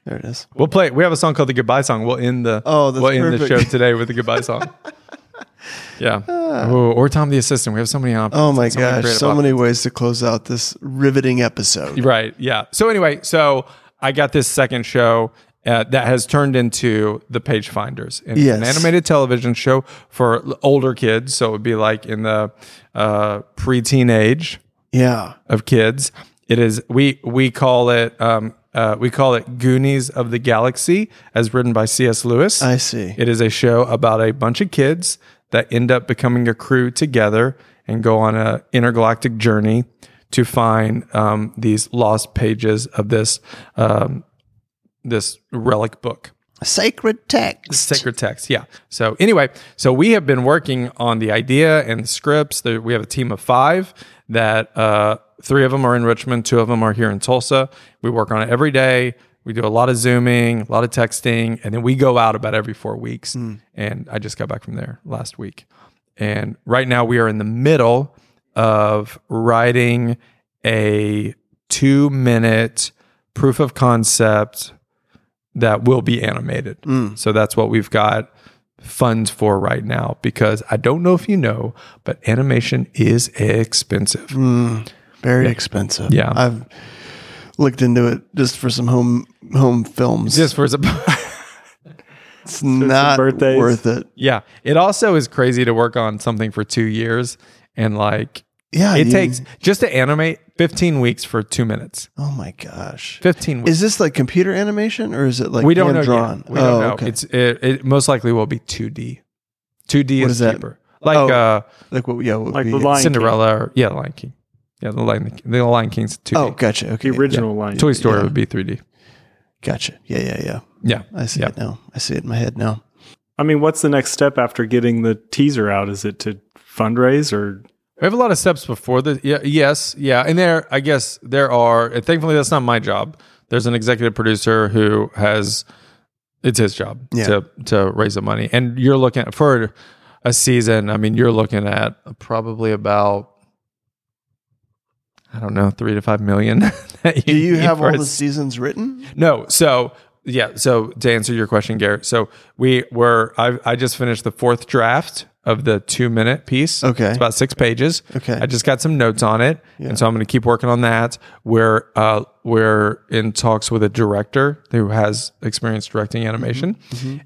is.
We'll play. We have a song called the goodbye song. We'll end the
Oh, that's
we'll end the show
perfect.
today with the goodbye
[laughs]
song. yeah. Ooh, or Tom the assistant. We have so many options.
Oh my
so many
gosh,
creative
so
options.
many ways to close out this riveting episode.
Right. Yeah. So anyway, so I got this second show uh, that has turned into the Page Finders, and it's an
Yes.
animated television show for l- older kids. So it would be like in the uh, preteen age
Yeah.
of kids. It is we we call it um, uh, we call it Goonies of the Galaxy, as written by C.S. Lewis.
I see.
It is a show about a bunch of kids that end up becoming a crew together and go on a intergalactic journey to find um, these lost pages of this um, this relic book
Sacred text.
sacred text yeah so anyway so we have been working on the idea and the scripts there, we have a team of five that uh, three of them are in richmond two of them are here in tulsa we work on it every day we do a lot of zooming a lot of texting and then we go out about every four weeks and i just got back from there last week and right now we are in the middle of writing a two minute proof of concept that will be animated.
Mm.
So that's what we've got funds for right now because I don't know if you know, but animation is expensive.
Mm. Very expensive.
Yeah.
I've looked into it just for some home home films.
Just for some.
it's not
birthdays.
worth it.
[laughs] yeah. It also is crazy to work on something for two years and like
Yeah.
it
you-
takes just to animate 15 weeks for two minutes.
Oh my gosh.
15 weeks.
Is this like computer animation or is it like
we don't know. yet.
drawn? Oh,
We don't know. It's it, it most likely will be 2D. 2D
What
is
is that?
cheaper. Like
Oh.
uh
like what? Yeah, what
Like
would
the
be-
Lion
Cinderella or yeah, Lion King. Yeah, the Lion the Lion King's 2D.
Oh, gotcha. Okay,
King, the original
Oh,
line.
Toy Story would be 3D.
gotcha. Yeah, yeah, yeah.
Yeah.
I see
Yeah.
it now. I see it in my head now.
I mean, what's the next step after getting the teaser out? Is it to fundraise or
We have a lot of steps before the yeah, yes, yeah. And there I guess there are and thankfully that's not my job. There's an executive producer who has it's his job
Yeah.
to to raise the money. And you're looking at for a season, I mean you're looking at probably about I don't know, three to five million. [laughs] that
Do you
need
have
for
all
a
the seasons written?
No. So yeah. So to answer your question, Garrett. So we were. I I just finished the fourth draft of the two minute piece.
Okay.
It's about six pages.
Okay.
I just got some notes on it, and so I'm going to keep working on that. We're uh we're in talks with a director who has experience directing animation,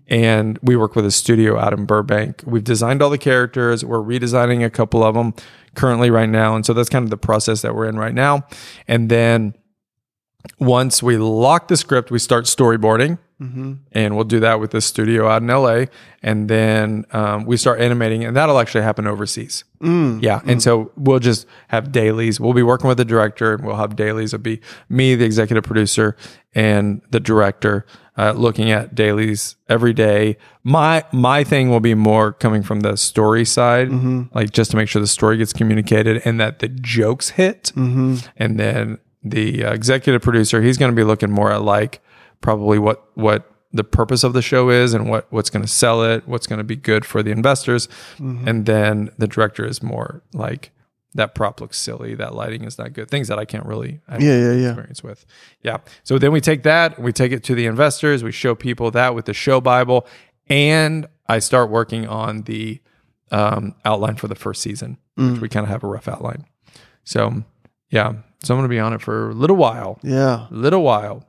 and we work with a studio out in Burbank. We've designed all the characters. We're redesigning a couple of them currently right now, and so that's kind of the process that we're in right now, and then once we lock the script, we start storyboarding. And we'll do that with the studio out in LA. And then um, we start animating, and that'll actually happen overseas. Yeah. And so we'll just have dailies. We'll be working with the director, and we'll have dailies. It'll be me, the executive producer, and the director uh, looking at dailies every day. My my thing will be more coming from the story side, like just to make sure the story gets communicated and that the jokes hit. And then the uh, executive producer, he's going to be looking more at like probably what what the purpose of the show is and what what's going to sell it, what's going to be good for the investors. And then the director is more like that prop looks silly, that lighting is not good, things that I can't really I don't
Yeah,
have
yeah, yeah.
experience with. Yeah. So then we take that, we take it to the investors, we show people that with the show bible, and I start working on the um, outline for the first season, which we kind of have a rough outline. So yeah, so I'm gonna be on it for a little while.
Yeah.
Little while.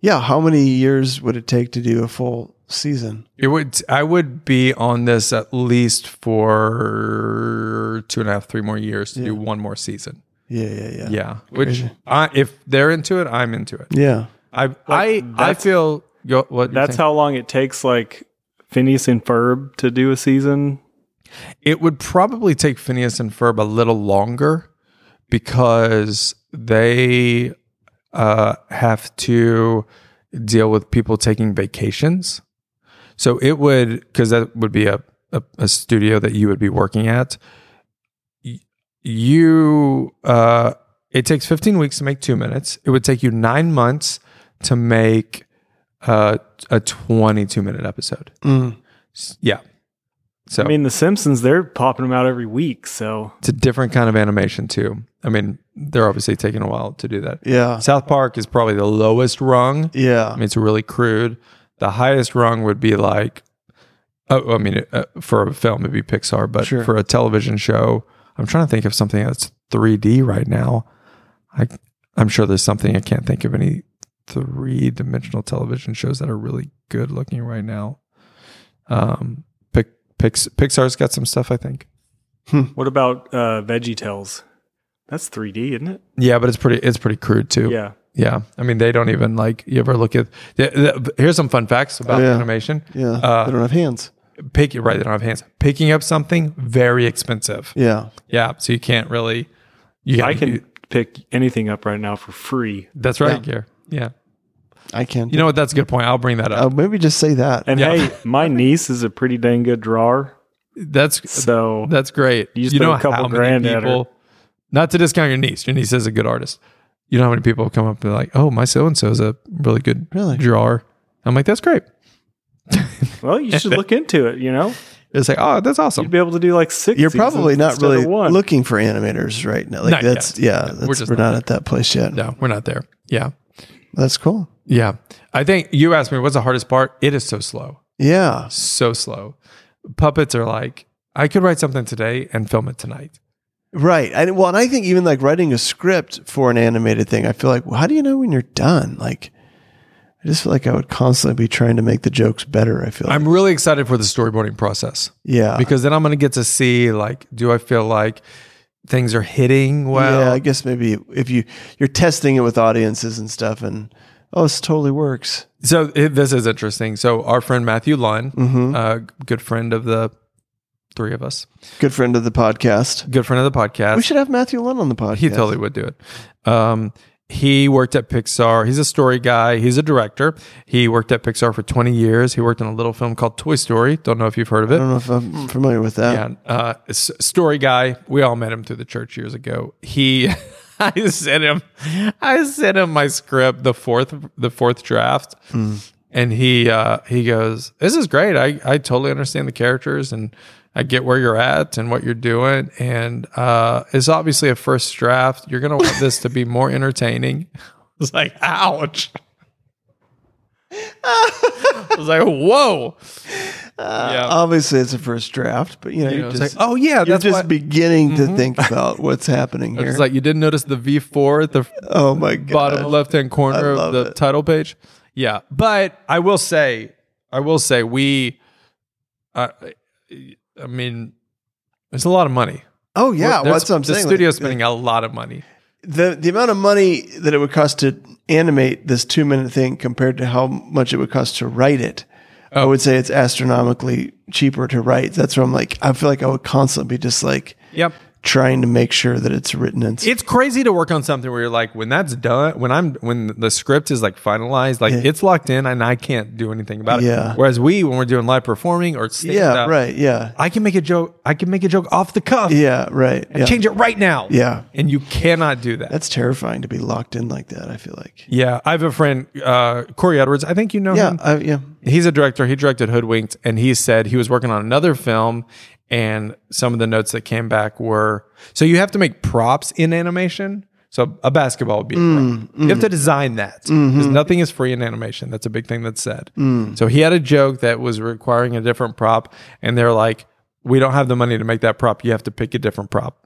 Yeah. How many years would it take to do a full season?
It would. I would be on this at least for two and a half, three more years to do one more season.
Yeah, yeah, yeah.
Yeah, which I, if they're into it, I'm into it.
Yeah.
I I I
that's-
feel go, what you're
that's
saying.
how long it takes like Phineas and Ferb to do a season?
it would probably take Phineas and Ferb a little longer because they uh, have to deal with people taking vacations. So it would, because that would be a, a, a studio that you would be working at. Y- You, uh, it takes 15 weeks to make two minutes. It would take you nine months to make uh, a 22 minute episode. S- Yeah. So
I mean, The Simpsons, they're popping them out every week. So
it's a different kind of animation too. I mean, they're obviously taking a while to do that.
Yeah.
South Park is probably the lowest rung.
Yeah.
I mean, it's really crude. The highest rung would be like, oh, I mean, uh, for a film, it'd be Pixar, but
Sure.
for a television show, I'm trying to think of something that's 3D right now. I, I'm sure there's something I can't think of any three dimensional television shows that are really good looking right now. Um, Pic- Pix- Pixar's got some stuff, I think.
What about uh, Veggie Tales? That's 3D, isn't it?
Yeah, but it's pretty, it's pretty crude too.
Yeah.
Yeah, I mean, they don't even like. You ever look at? th- th- Here's some fun facts about
Oh, yeah.
animation.
Yeah. they
uh,
don't have hands.
pick right. They don't have hands. Picking up something very expensive. Yeah,
Yeah.
so you can't really. You
I
gotta
can
do-
pick anything up right now for free.
That's right, yeah. Yeah,
I can't.
you know what? That's a good point. I'll bring that
uh,
up.
maybe just say that.
And
Yeah.
hey, my niece is a pretty dang good drawer.
That's
So
[laughs] that's great.
You just threw a couple grand at her.
Not to discount your niece. Your niece is a good artist. You know how many people come up and be like, "Oh, my so and so is a really good
Really?
drawer." I'm like, "That's great."
well, you should look into it, you know?
It's like, "Oh, that's awesome."
You'd be able to do like six.
You're
seasons
probably not
instead of
really
one.
looking for animators right now. Like
Not
that's yeah, that's, we're,
just
not, at that place yet.
No, we're not there. Yeah.
That's cool.
Yeah. I think you asked me what's the hardest part? It is so slow.
Yeah.
So slow. Puppets are like, I could write something today and film it tonight.
Right. I, well, and I think even like writing a script for an animated thing, I feel like, well, how do you know when you're done? Like, I just feel like I would constantly be trying to make the jokes better. I feel like.
I'm really excited for the storyboarding process
yeah.
because then I'm going to get to see like, do I feel like things are hitting well?
yeah, I guess maybe if you you're testing it with audiences and stuff, and oh, this totally works.
So it, this is interesting. So our friend Matthew Lunn, uh, good friend of the three of us,
Good friend of the podcast.
good friend of the podcast.
We should have Matthew Lund on the podcast.
He totally would do it. Um, he worked at Pixar. He's a story guy. He's a director. He worked at Pixar for 20 years. He worked on a little film called Toy Story. Don't know if you've heard of
I don't
it.
know if I'm familiar with that.
Mm. Yeah, uh, s- story guy. We all met him through the church years ago. He, [laughs] I sent him, I sent him my script, the fourth, the fourth draft, and he, uh, he goes, "This is great. I, I totally understand the characters and I get where you're at and what you're doing. And uh, it's obviously a first draft. You're gonna want this to be more entertaining." [laughs] I was like, "Ouch." I was like, "Whoa!" yeah.
Obviously, it's a first draft, but you know,
You
you're
know, it's
just,
like, oh Uh, yeah,
you're
that's
just
why- Mm-hmm.
beginning to
[laughs]
think about what's happening here.
It's like you didn't notice the V4
[laughs]
at the
oh my god,
bottom left hand corner
love
of the
it.
title page. Yeah. But I will say, I will say, we, uh, I mean, it's a lot of money.
Oh yeah, well,
There's-
that's what I'm
the
saying. like,
studio's spending a lot of
[laughs]
money.
the the amount of money that it would cost to animate this two minute thing compared to how much it would cost to write it. I would say it's astronomically cheaper to write. That's where I'm like, I feel like I would constantly be just like
Yep.
trying to make sure that it's written and
It's crazy to work on something where you're like, when that's done, when I'm, when the script is like finalized, like it's locked in and I can't do anything about it.
Yeah.
Whereas we, when we're doing live performing or stand
yeah, right, yeah,
I can make a joke. I can make a joke off the cuff.
yeah, right, yeah.
Change it right now.
Yeah.
And you cannot do that.
That's terrifying to be locked in like that. I feel like,
Yeah, I have a friend, uh, Corey Edwards. I think you know
yeah,
him.
I, yeah,
He's a director. He directed Hoodwinked, and he said he was working on another film, and some of the notes that came back were so you have to make props in animation. So a basketball would be a prop. you have to design that because nothing is free in animation. That's a big thing that's said. So he had a joke that was requiring a different prop, and they're like, "We don't have the money to make that prop. You have to pick a different prop."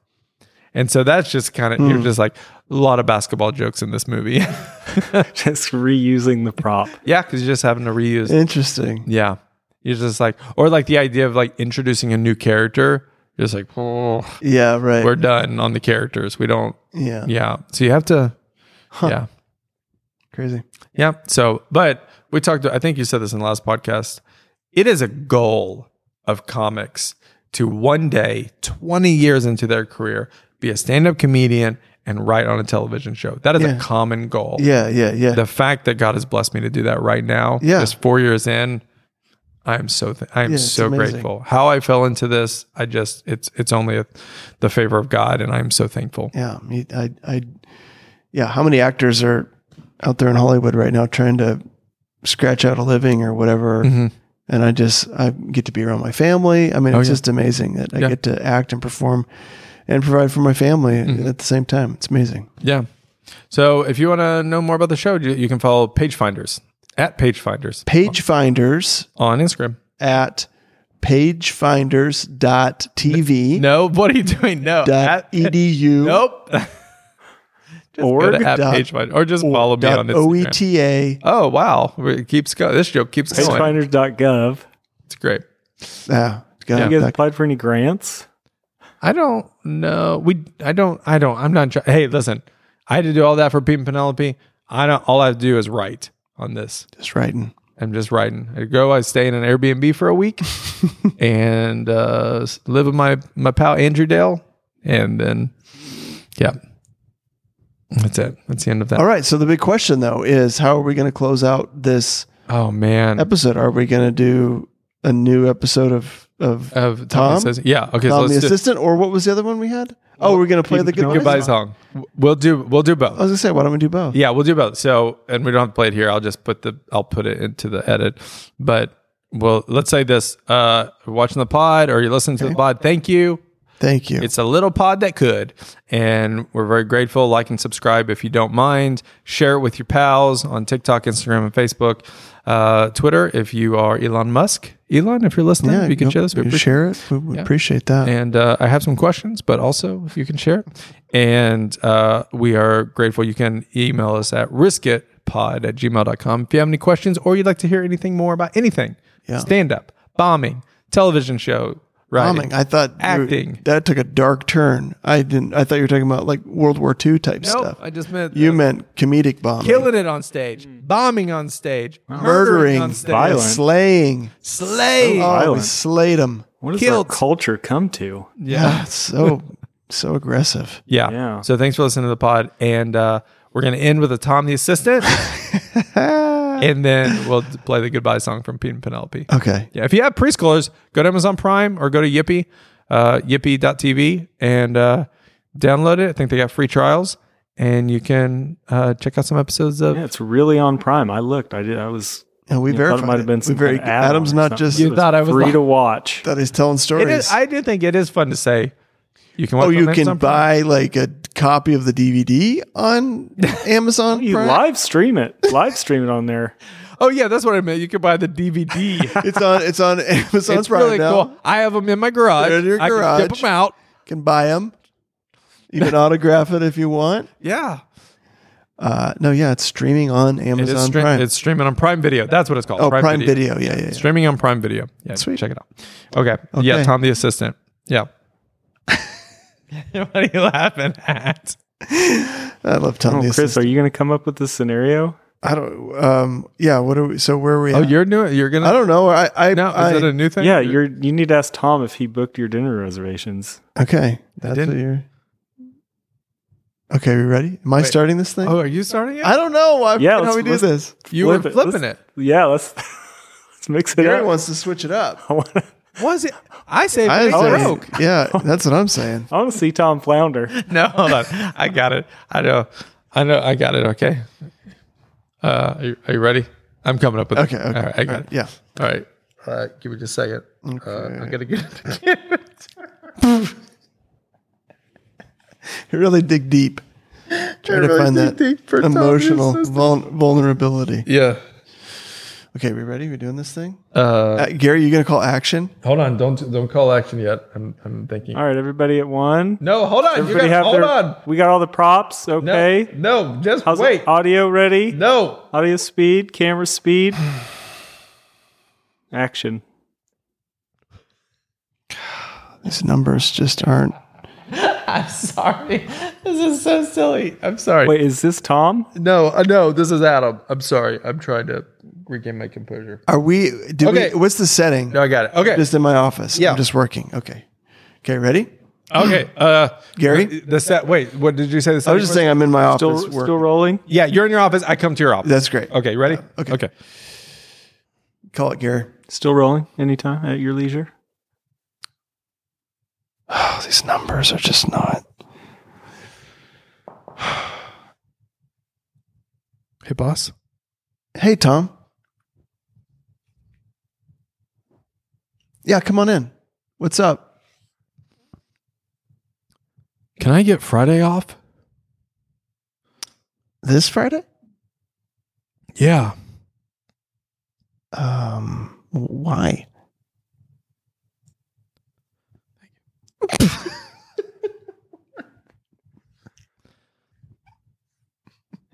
And so that's just kind of you're just like a lot of basketball jokes in this movie.
[laughs]
[laughs]
Just reusing the prop.
Yeah, because you're just having to reuse.
interesting.
Yeah. You're just like, or like the idea of like introducing a new character. You're just like, oh,
Yeah, right.
we're done on the characters. We don't,
yeah,
yeah. So you have to, yeah.
crazy.
Yeah. So, but we talked, I think you said this in the last podcast. It is a goal of comics to one day, 20 years into their career, be a stand up comedian and write on a television show. That is
Yeah.
a common goal
Yeah, yeah, yeah.
the fact that God has blessed me to do that right now,
Yeah.
just four years in, I am so th- I am
Yeah, it's
so
amazing.
grateful. How I fell into this, I just it's it's only a, the favor of God, and I am so thankful.
Yeah, me- I, I, yeah. How many actors are out there in Hollywood right now trying to scratch out a living or whatever?
Mm-hmm.
And I just I get to be around my family. I mean, it's
Oh, yeah.
just amazing that I
Yeah.
get to act and perform. and provide for my family
Mm-hmm.
at the same time. It's amazing.
Yeah. So if you want to know more about the show, you, you can follow Page Finders at Page Finders
Page finders
on Instagram.
at pagefinders.tv
No, [laughs] what are you doing? No.
dot
[laughs]
edu
nope. just
Org
go to at
dot-
Page Finders or just follow me
dot E
on Instagram.
oeta
Oh wow, it keeps going. This joke keeps going.
Pagefinders.gov.
It's great.
ah, got
Yeah.
You guys applied for any grants?
I don't know. We I don't I don't I'm not trying. Hey, listen. I had to do all that for Pete and Penelope. I don't all I have to do is write on this.
just writing
I'm just writing. I go, I stay in an Airbnb for a
[laughs]
week and uh s- live with my my pal Andrew Dale and then yeah. That's it. That's the end of that.
all right so the big question though is how are we going to close out this
Oh man.
episode are we going to do a new episode of of
of Tom,
Tom?
says yeah. Okay, so
Tom
let's
the
do
assistant or what was the other one we had oh we're going to play the goodbye,
goodbye
song.
song. We'll do we'll do both.
i was going to say why don't we do both
Yeah, we'll do both. So, and we don't have to play it here. I'll just put the I'll put it into the edit. But well, let's say this: uh, watching the pod or you listening to the pod. Thank you.
thank you
It's a little pod that could, and we're very grateful. Like and subscribe if you don't mind. Share it with your pals on TikTok, Instagram, and Facebook, uh, Twitter. If you are Elon Musk, Elon, if you're listening, if you can
go-
share this. we
you
appreciate it.
share it we, we appreciate that
And uh, I have some questions, but also if you can share. And uh, we are grateful. You can email us at riskitpod at gmail.com if you have any questions or you'd like to hear anything more about anything
Yeah.
stand up, bombing, television show, writing.
bombing. I thought you were-
Acting.
that took a dark turn. I didn't. I thought you were talking about like World War II type
No,
stuff.
I just meant
you
uh,
meant comedic bombing,
killing it on stage, bombing on stage, murdering,
murdering,
on stage,
Violent.
slaying.
slaying.
Oh, we
Violent.
slayed them.
What does
Guilt.
our culture come to?
yeah.
so so aggressive.
yeah.
Yeah.
So thanks for listening to the pod. And uh, we're going to end with a Tom the
[laughs]
Assistant. and then we'll play the goodbye song from Pete and Penelope.
Okay.
Yeah, if you have preschoolers, go to Amazon Prime or go to Yippee, uh, yippee.tv, and uh, download it. I think they got free trials, and you can uh, check out some episodes of.
Yeah, it's really on Prime. I looked. I did. I was.
And we
you know,
verified.
Thought it might have been
it.
some
we very,
kind of add-on
Adam's
or
not
something.
just
You
It
thought I was
free
li-
to watch.
that he's telling
It
stories.
is, I do think it is fun to say. You can watch
oh,
it on
you
Amazon Prime.
can buy like a copy of the DVD
[laughs]
on Amazon.
You
Prime?
live stream
[laughs]
it. Live stream it on there.
Oh yeah, that's what I meant. You can buy the
[laughs]
DVD.
It's on. It's
[laughs]
on Amazon
it's
Prime
really
now.
cool. I have them in my garage.
They're in your
I can dip
garage.
them out.
can buy them. You can autograph it if you want.
Yeah,
Uh, no, yeah, it's streaming on
it
Amazon
is stream-
Prime.
it's streaming on Prime Video. That's what it's called.
oh, Prime, Video. Yeah, yeah, yeah.
Streaming on Prime Video. Yeah,
Sweet.
Check it out. Okay. Yeah,
Okay.
Tom the assistant.
[laughs]
Yeah. what are you laughing at?
I love Tom
Oh,
the
Chris, are
Assistant.
you going to come up with this scenario?
I don't. Um, yeah. What are we? So where are we?
Oh,
at?
you're new. You're gonna.
I don't know. I. I.
No, is
I-
that a new thing?
Yeah, you're. You need to ask Tom if he booked your dinner reservations.
okay. That's
didn't-
what you're. Okay, we ready? Am I starting this thing?
Oh, are you starting it?
I don't know. I
Yeah,
forget how
let's-
we do
let's-
this.
you were
Flip it.
flipping
Let's-
it.
Yeah, let's [laughs] let's mix it
Gary
up.
wants to switch it up.
I wanna-
Was it? I say
I
it's
say-
broke.
yeah, that's what I'm saying.
I want to see Tom flounder.
No, hold on. I got it. I know. I know. I got it. Okay. Uh, are you, are you ready? I'm coming up with
Okay.
It.
okay.
All right. I got it.
Yeah.
All right. Uh, give me just a second. Uh, I gotta get it. [laughs]
Really dig deep. Try to find that emotional vul- vulnerability.
Yeah.
Okay, we ready? We doing this thing?
Uh,
Uh, Gary, you gonna call action?
Hold on, don't don't call action yet. I'm I'm thinking.
All right, everybody at one.
No, hold on. You
Everybody
gotta,
have
hold
their.
on.
We got all the props.
No,
Okay.
no, just
How's
wait.
the audio ready?
No, [laughs]
Audio speed, camera speed. Action.
These numbers just aren't.
I'm sorry. This is so silly. I'm sorry.
Wait, is this Tom?
No, uh, no, this is Adam. I'm sorry. I'm trying to regain my composure.
Are we? Do
Okay.
we? What's the setting?
No, I got it. Okay,
Just in my office.
Yeah.
I'm just working. Okay. Okay. Ready?
okay. Uh,
Gary?
the set. Wait, what did you say? The
I was just saying I'm in my
Still,
office. working.
still rolling.
Yeah, you're in your office. I come to your office.
That's great.
okay. You ready?
okay.
Okay.
Call it Gary.
Still rolling. Anytime at your leisure.
Oh, these numbers are just not.
Hey, boss.
Hey, Tom. Yeah, come on in. What's up?
Can I get Friday off?
This Friday?
Yeah.
Um, why?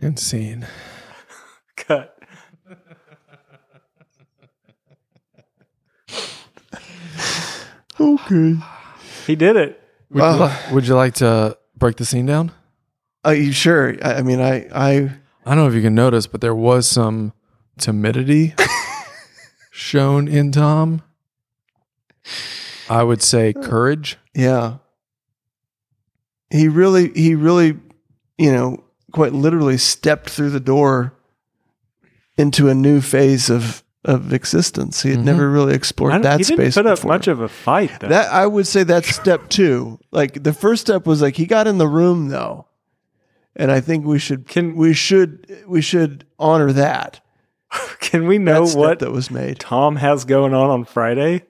Insane.
Cut.
Okay.
He did it.
Would, you
Well-
li- would you like to break the scene down?
Are you sure? I, I mean, I, I,
I don't know if you can notice, but there was some [laughs] timidity shown in Tom. I would say courage.
yeah. He really, he really, you know, quite literally stepped through the door into a new phase of of existence. He had
Mhm.
never really
Mm-hmm. I
explored
don't-
that
he didn't
space
put up
before.
much of a fight though.
That I would say that's step two. Like the first step was like he got in the room though, and I think we should
Can-
we should we should honor that.
Can we know
that step
what
that was made?
Tom has going on on Friday?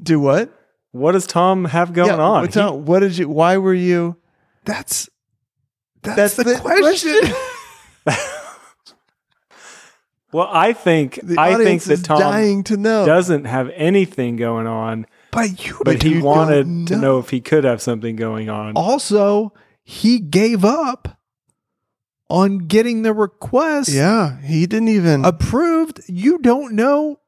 Do what?
What does Tom have going
Yeah,
on?
What's
He-
on- what did you? Why were you?
That's that's,
That's the question.
[laughs] well, I think
The
I think
audience
that
is
Tom
dying to know.
doesn't have anything going on,
but you
but he
you
wanted
don't
to
know.
know if he could have something going on.
also he gave up on getting the request
yeah, he didn't even a
approved. You don't know.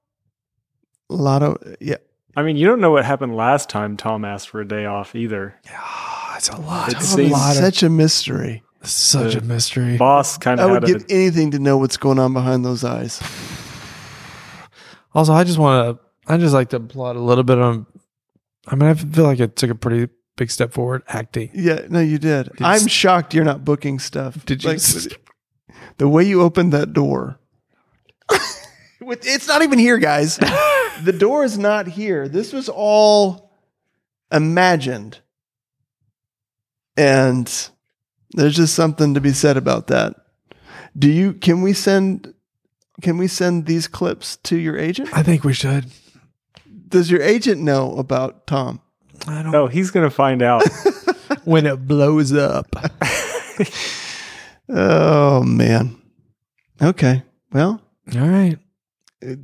lot of yeah.
I mean, you don't know what happened last time Tom asked for a day off either.
Yeah, [sighs] it's a lot.
It
It's a
seems-
lot. Of,
Such a mystery.
such a mystery.
Boss kind
I
of had
would
a
give anything to know what's going on behind those eyes.
Also, I just want to. I just like to plot a little bit on. I mean, I feel like it took a pretty big step forward acting.
Yeah, no, you did. I'm shocked you're not booking stuff.
Did you-
the way you opened that door? [laughs] With, it's not even here, guys. [laughs] the door is not here. This was all imagined, and there's just something to be said about that. Do you? Can we send? Can we send these clips to your agent?
I think we should.
Does your agent know about Tom?
I don't.
Oh, he's going to find out.
[laughs]
When it blows up,
Oh man. Okay. Well,
all right.
you're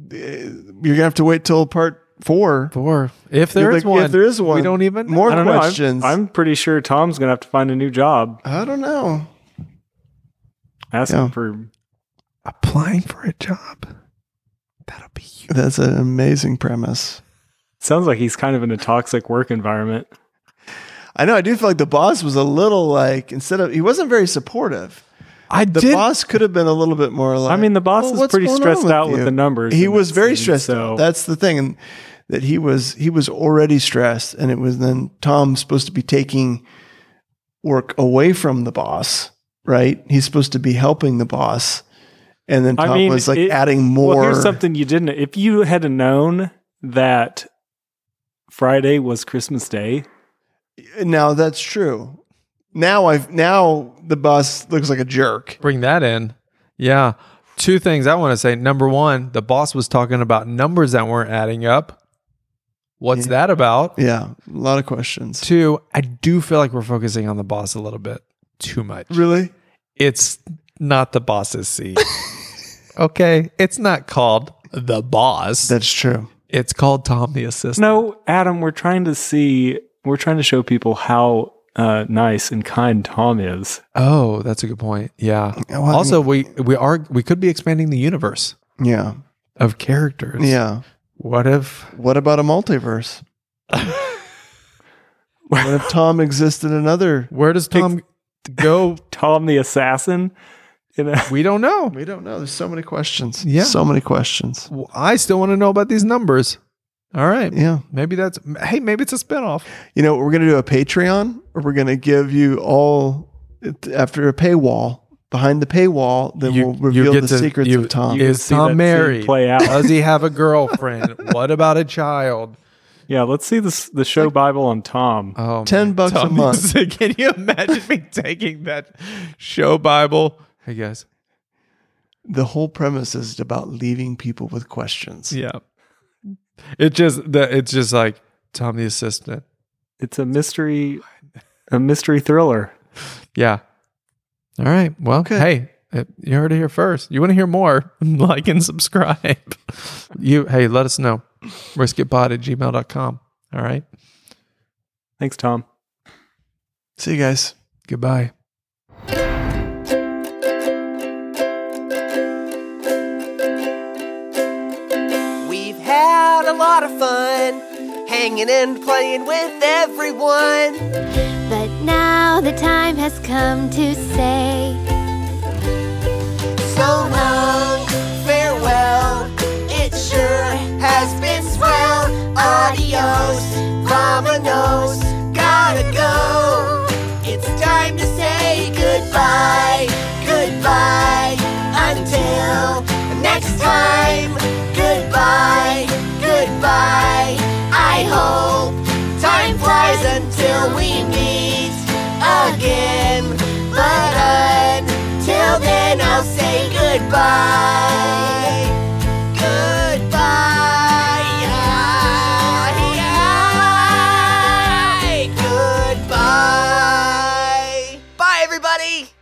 gonna have to wait till part four.
Four. If there is
Like,
one,
if there is one,
we don't even
More
I don't know. I'm,
questions.
I'm pretty sure Tom's going to have to find a new job.
I don't know.
Ask
Yeah.
him for.
applying for a job. That'll be you.
That's an amazing premise.
Sounds like he's kind of in a toxic work environment.
I know. I do feel like the boss was a little like instead of he wasn't very supportive.
I
The
did.
boss could have been a little bit more like.
I mean, the boss
"Well,
is
what's
pretty
going on
stressed out with
you?"
the numbers.
He
in
was
that
very
scene,
stressed
So
out. That's the thing, and that he was he was already stressed, and it was then Tom's supposed to be taking work away from the boss, right? He's supposed to be helping the boss, and then
I
Tom
mean,
was like
it-
adding more.
well, here's something you didn't. If you had known that Friday was Christmas Day,
now that's true. Now I've now the boss looks like a jerk.
bring that in. Yeah. Two things I want to say. Number one, the boss was talking about numbers that weren't adding up. What's that about?
Yeah, a lot of questions.
Two, I do feel like we're focusing on the boss a little bit too much.
Really?
It's not the boss's
[laughs]
seat. okay. It's not called the boss.
That's true.
It's called Tom the assistant.
no, Adam, we're trying to see, we're trying to show people how uh, nice and kind Tom is.
Oh, that's a good point. Yeah.
Well, I
Also, we we are we could be expanding the universe
Yeah,
of characters.
yeah.
What if
What about a
[laughs]
multiverse? what if Tom existed another?
where does Tom go?
Tom the assassin. You know,
We don't know.
We don't know. There's so many questions.
Yeah.
So many questions.
Well, I still want to know about these numbers. All right.
Yeah.
Maybe that's hey, maybe it's a spinoff.
You know, we're going to do a Patreon or we're going to give you all after a paywall, behind the paywall, then
You-
we'll
you
reveal
get
the
to-
secrets
you-
of Tom.
you-
Is
see that
Tom
scene
married?
play out.
Does he have a
[laughs]
girlfriend? what about a child?
yeah, let's see this the show Bible on Tom.
Oh,
10
man.
bucks a
Tom, [laughs]
month.
Can you imagine me taking that show Bible? Hey guys.
the whole premise is about leaving people with questions.
Yeah. It just the it's just like Tom the assistant.
It's a mystery a mystery thriller.
Yeah. All right. Well, hey, uh, you heard it here first. You want to hear more? [laughs] Like and subscribe. You, hey, let us know. Riskitpod at gmail.com. All right.
Thanks, Tom.
See you guys.
Goodbye.
We've had a lot of fun hanging and playing with everyone.
But now the time has come to say
So long, farewell. It sure has been swell. Adios, vamonos, gotta go. It's time to say goodbye, goodbye. Until next time, goodbye, goodbye. I hope time flies until we meet again. But until then, I'll say goodbye. Goodbye. Goodbye. Bye, everybody.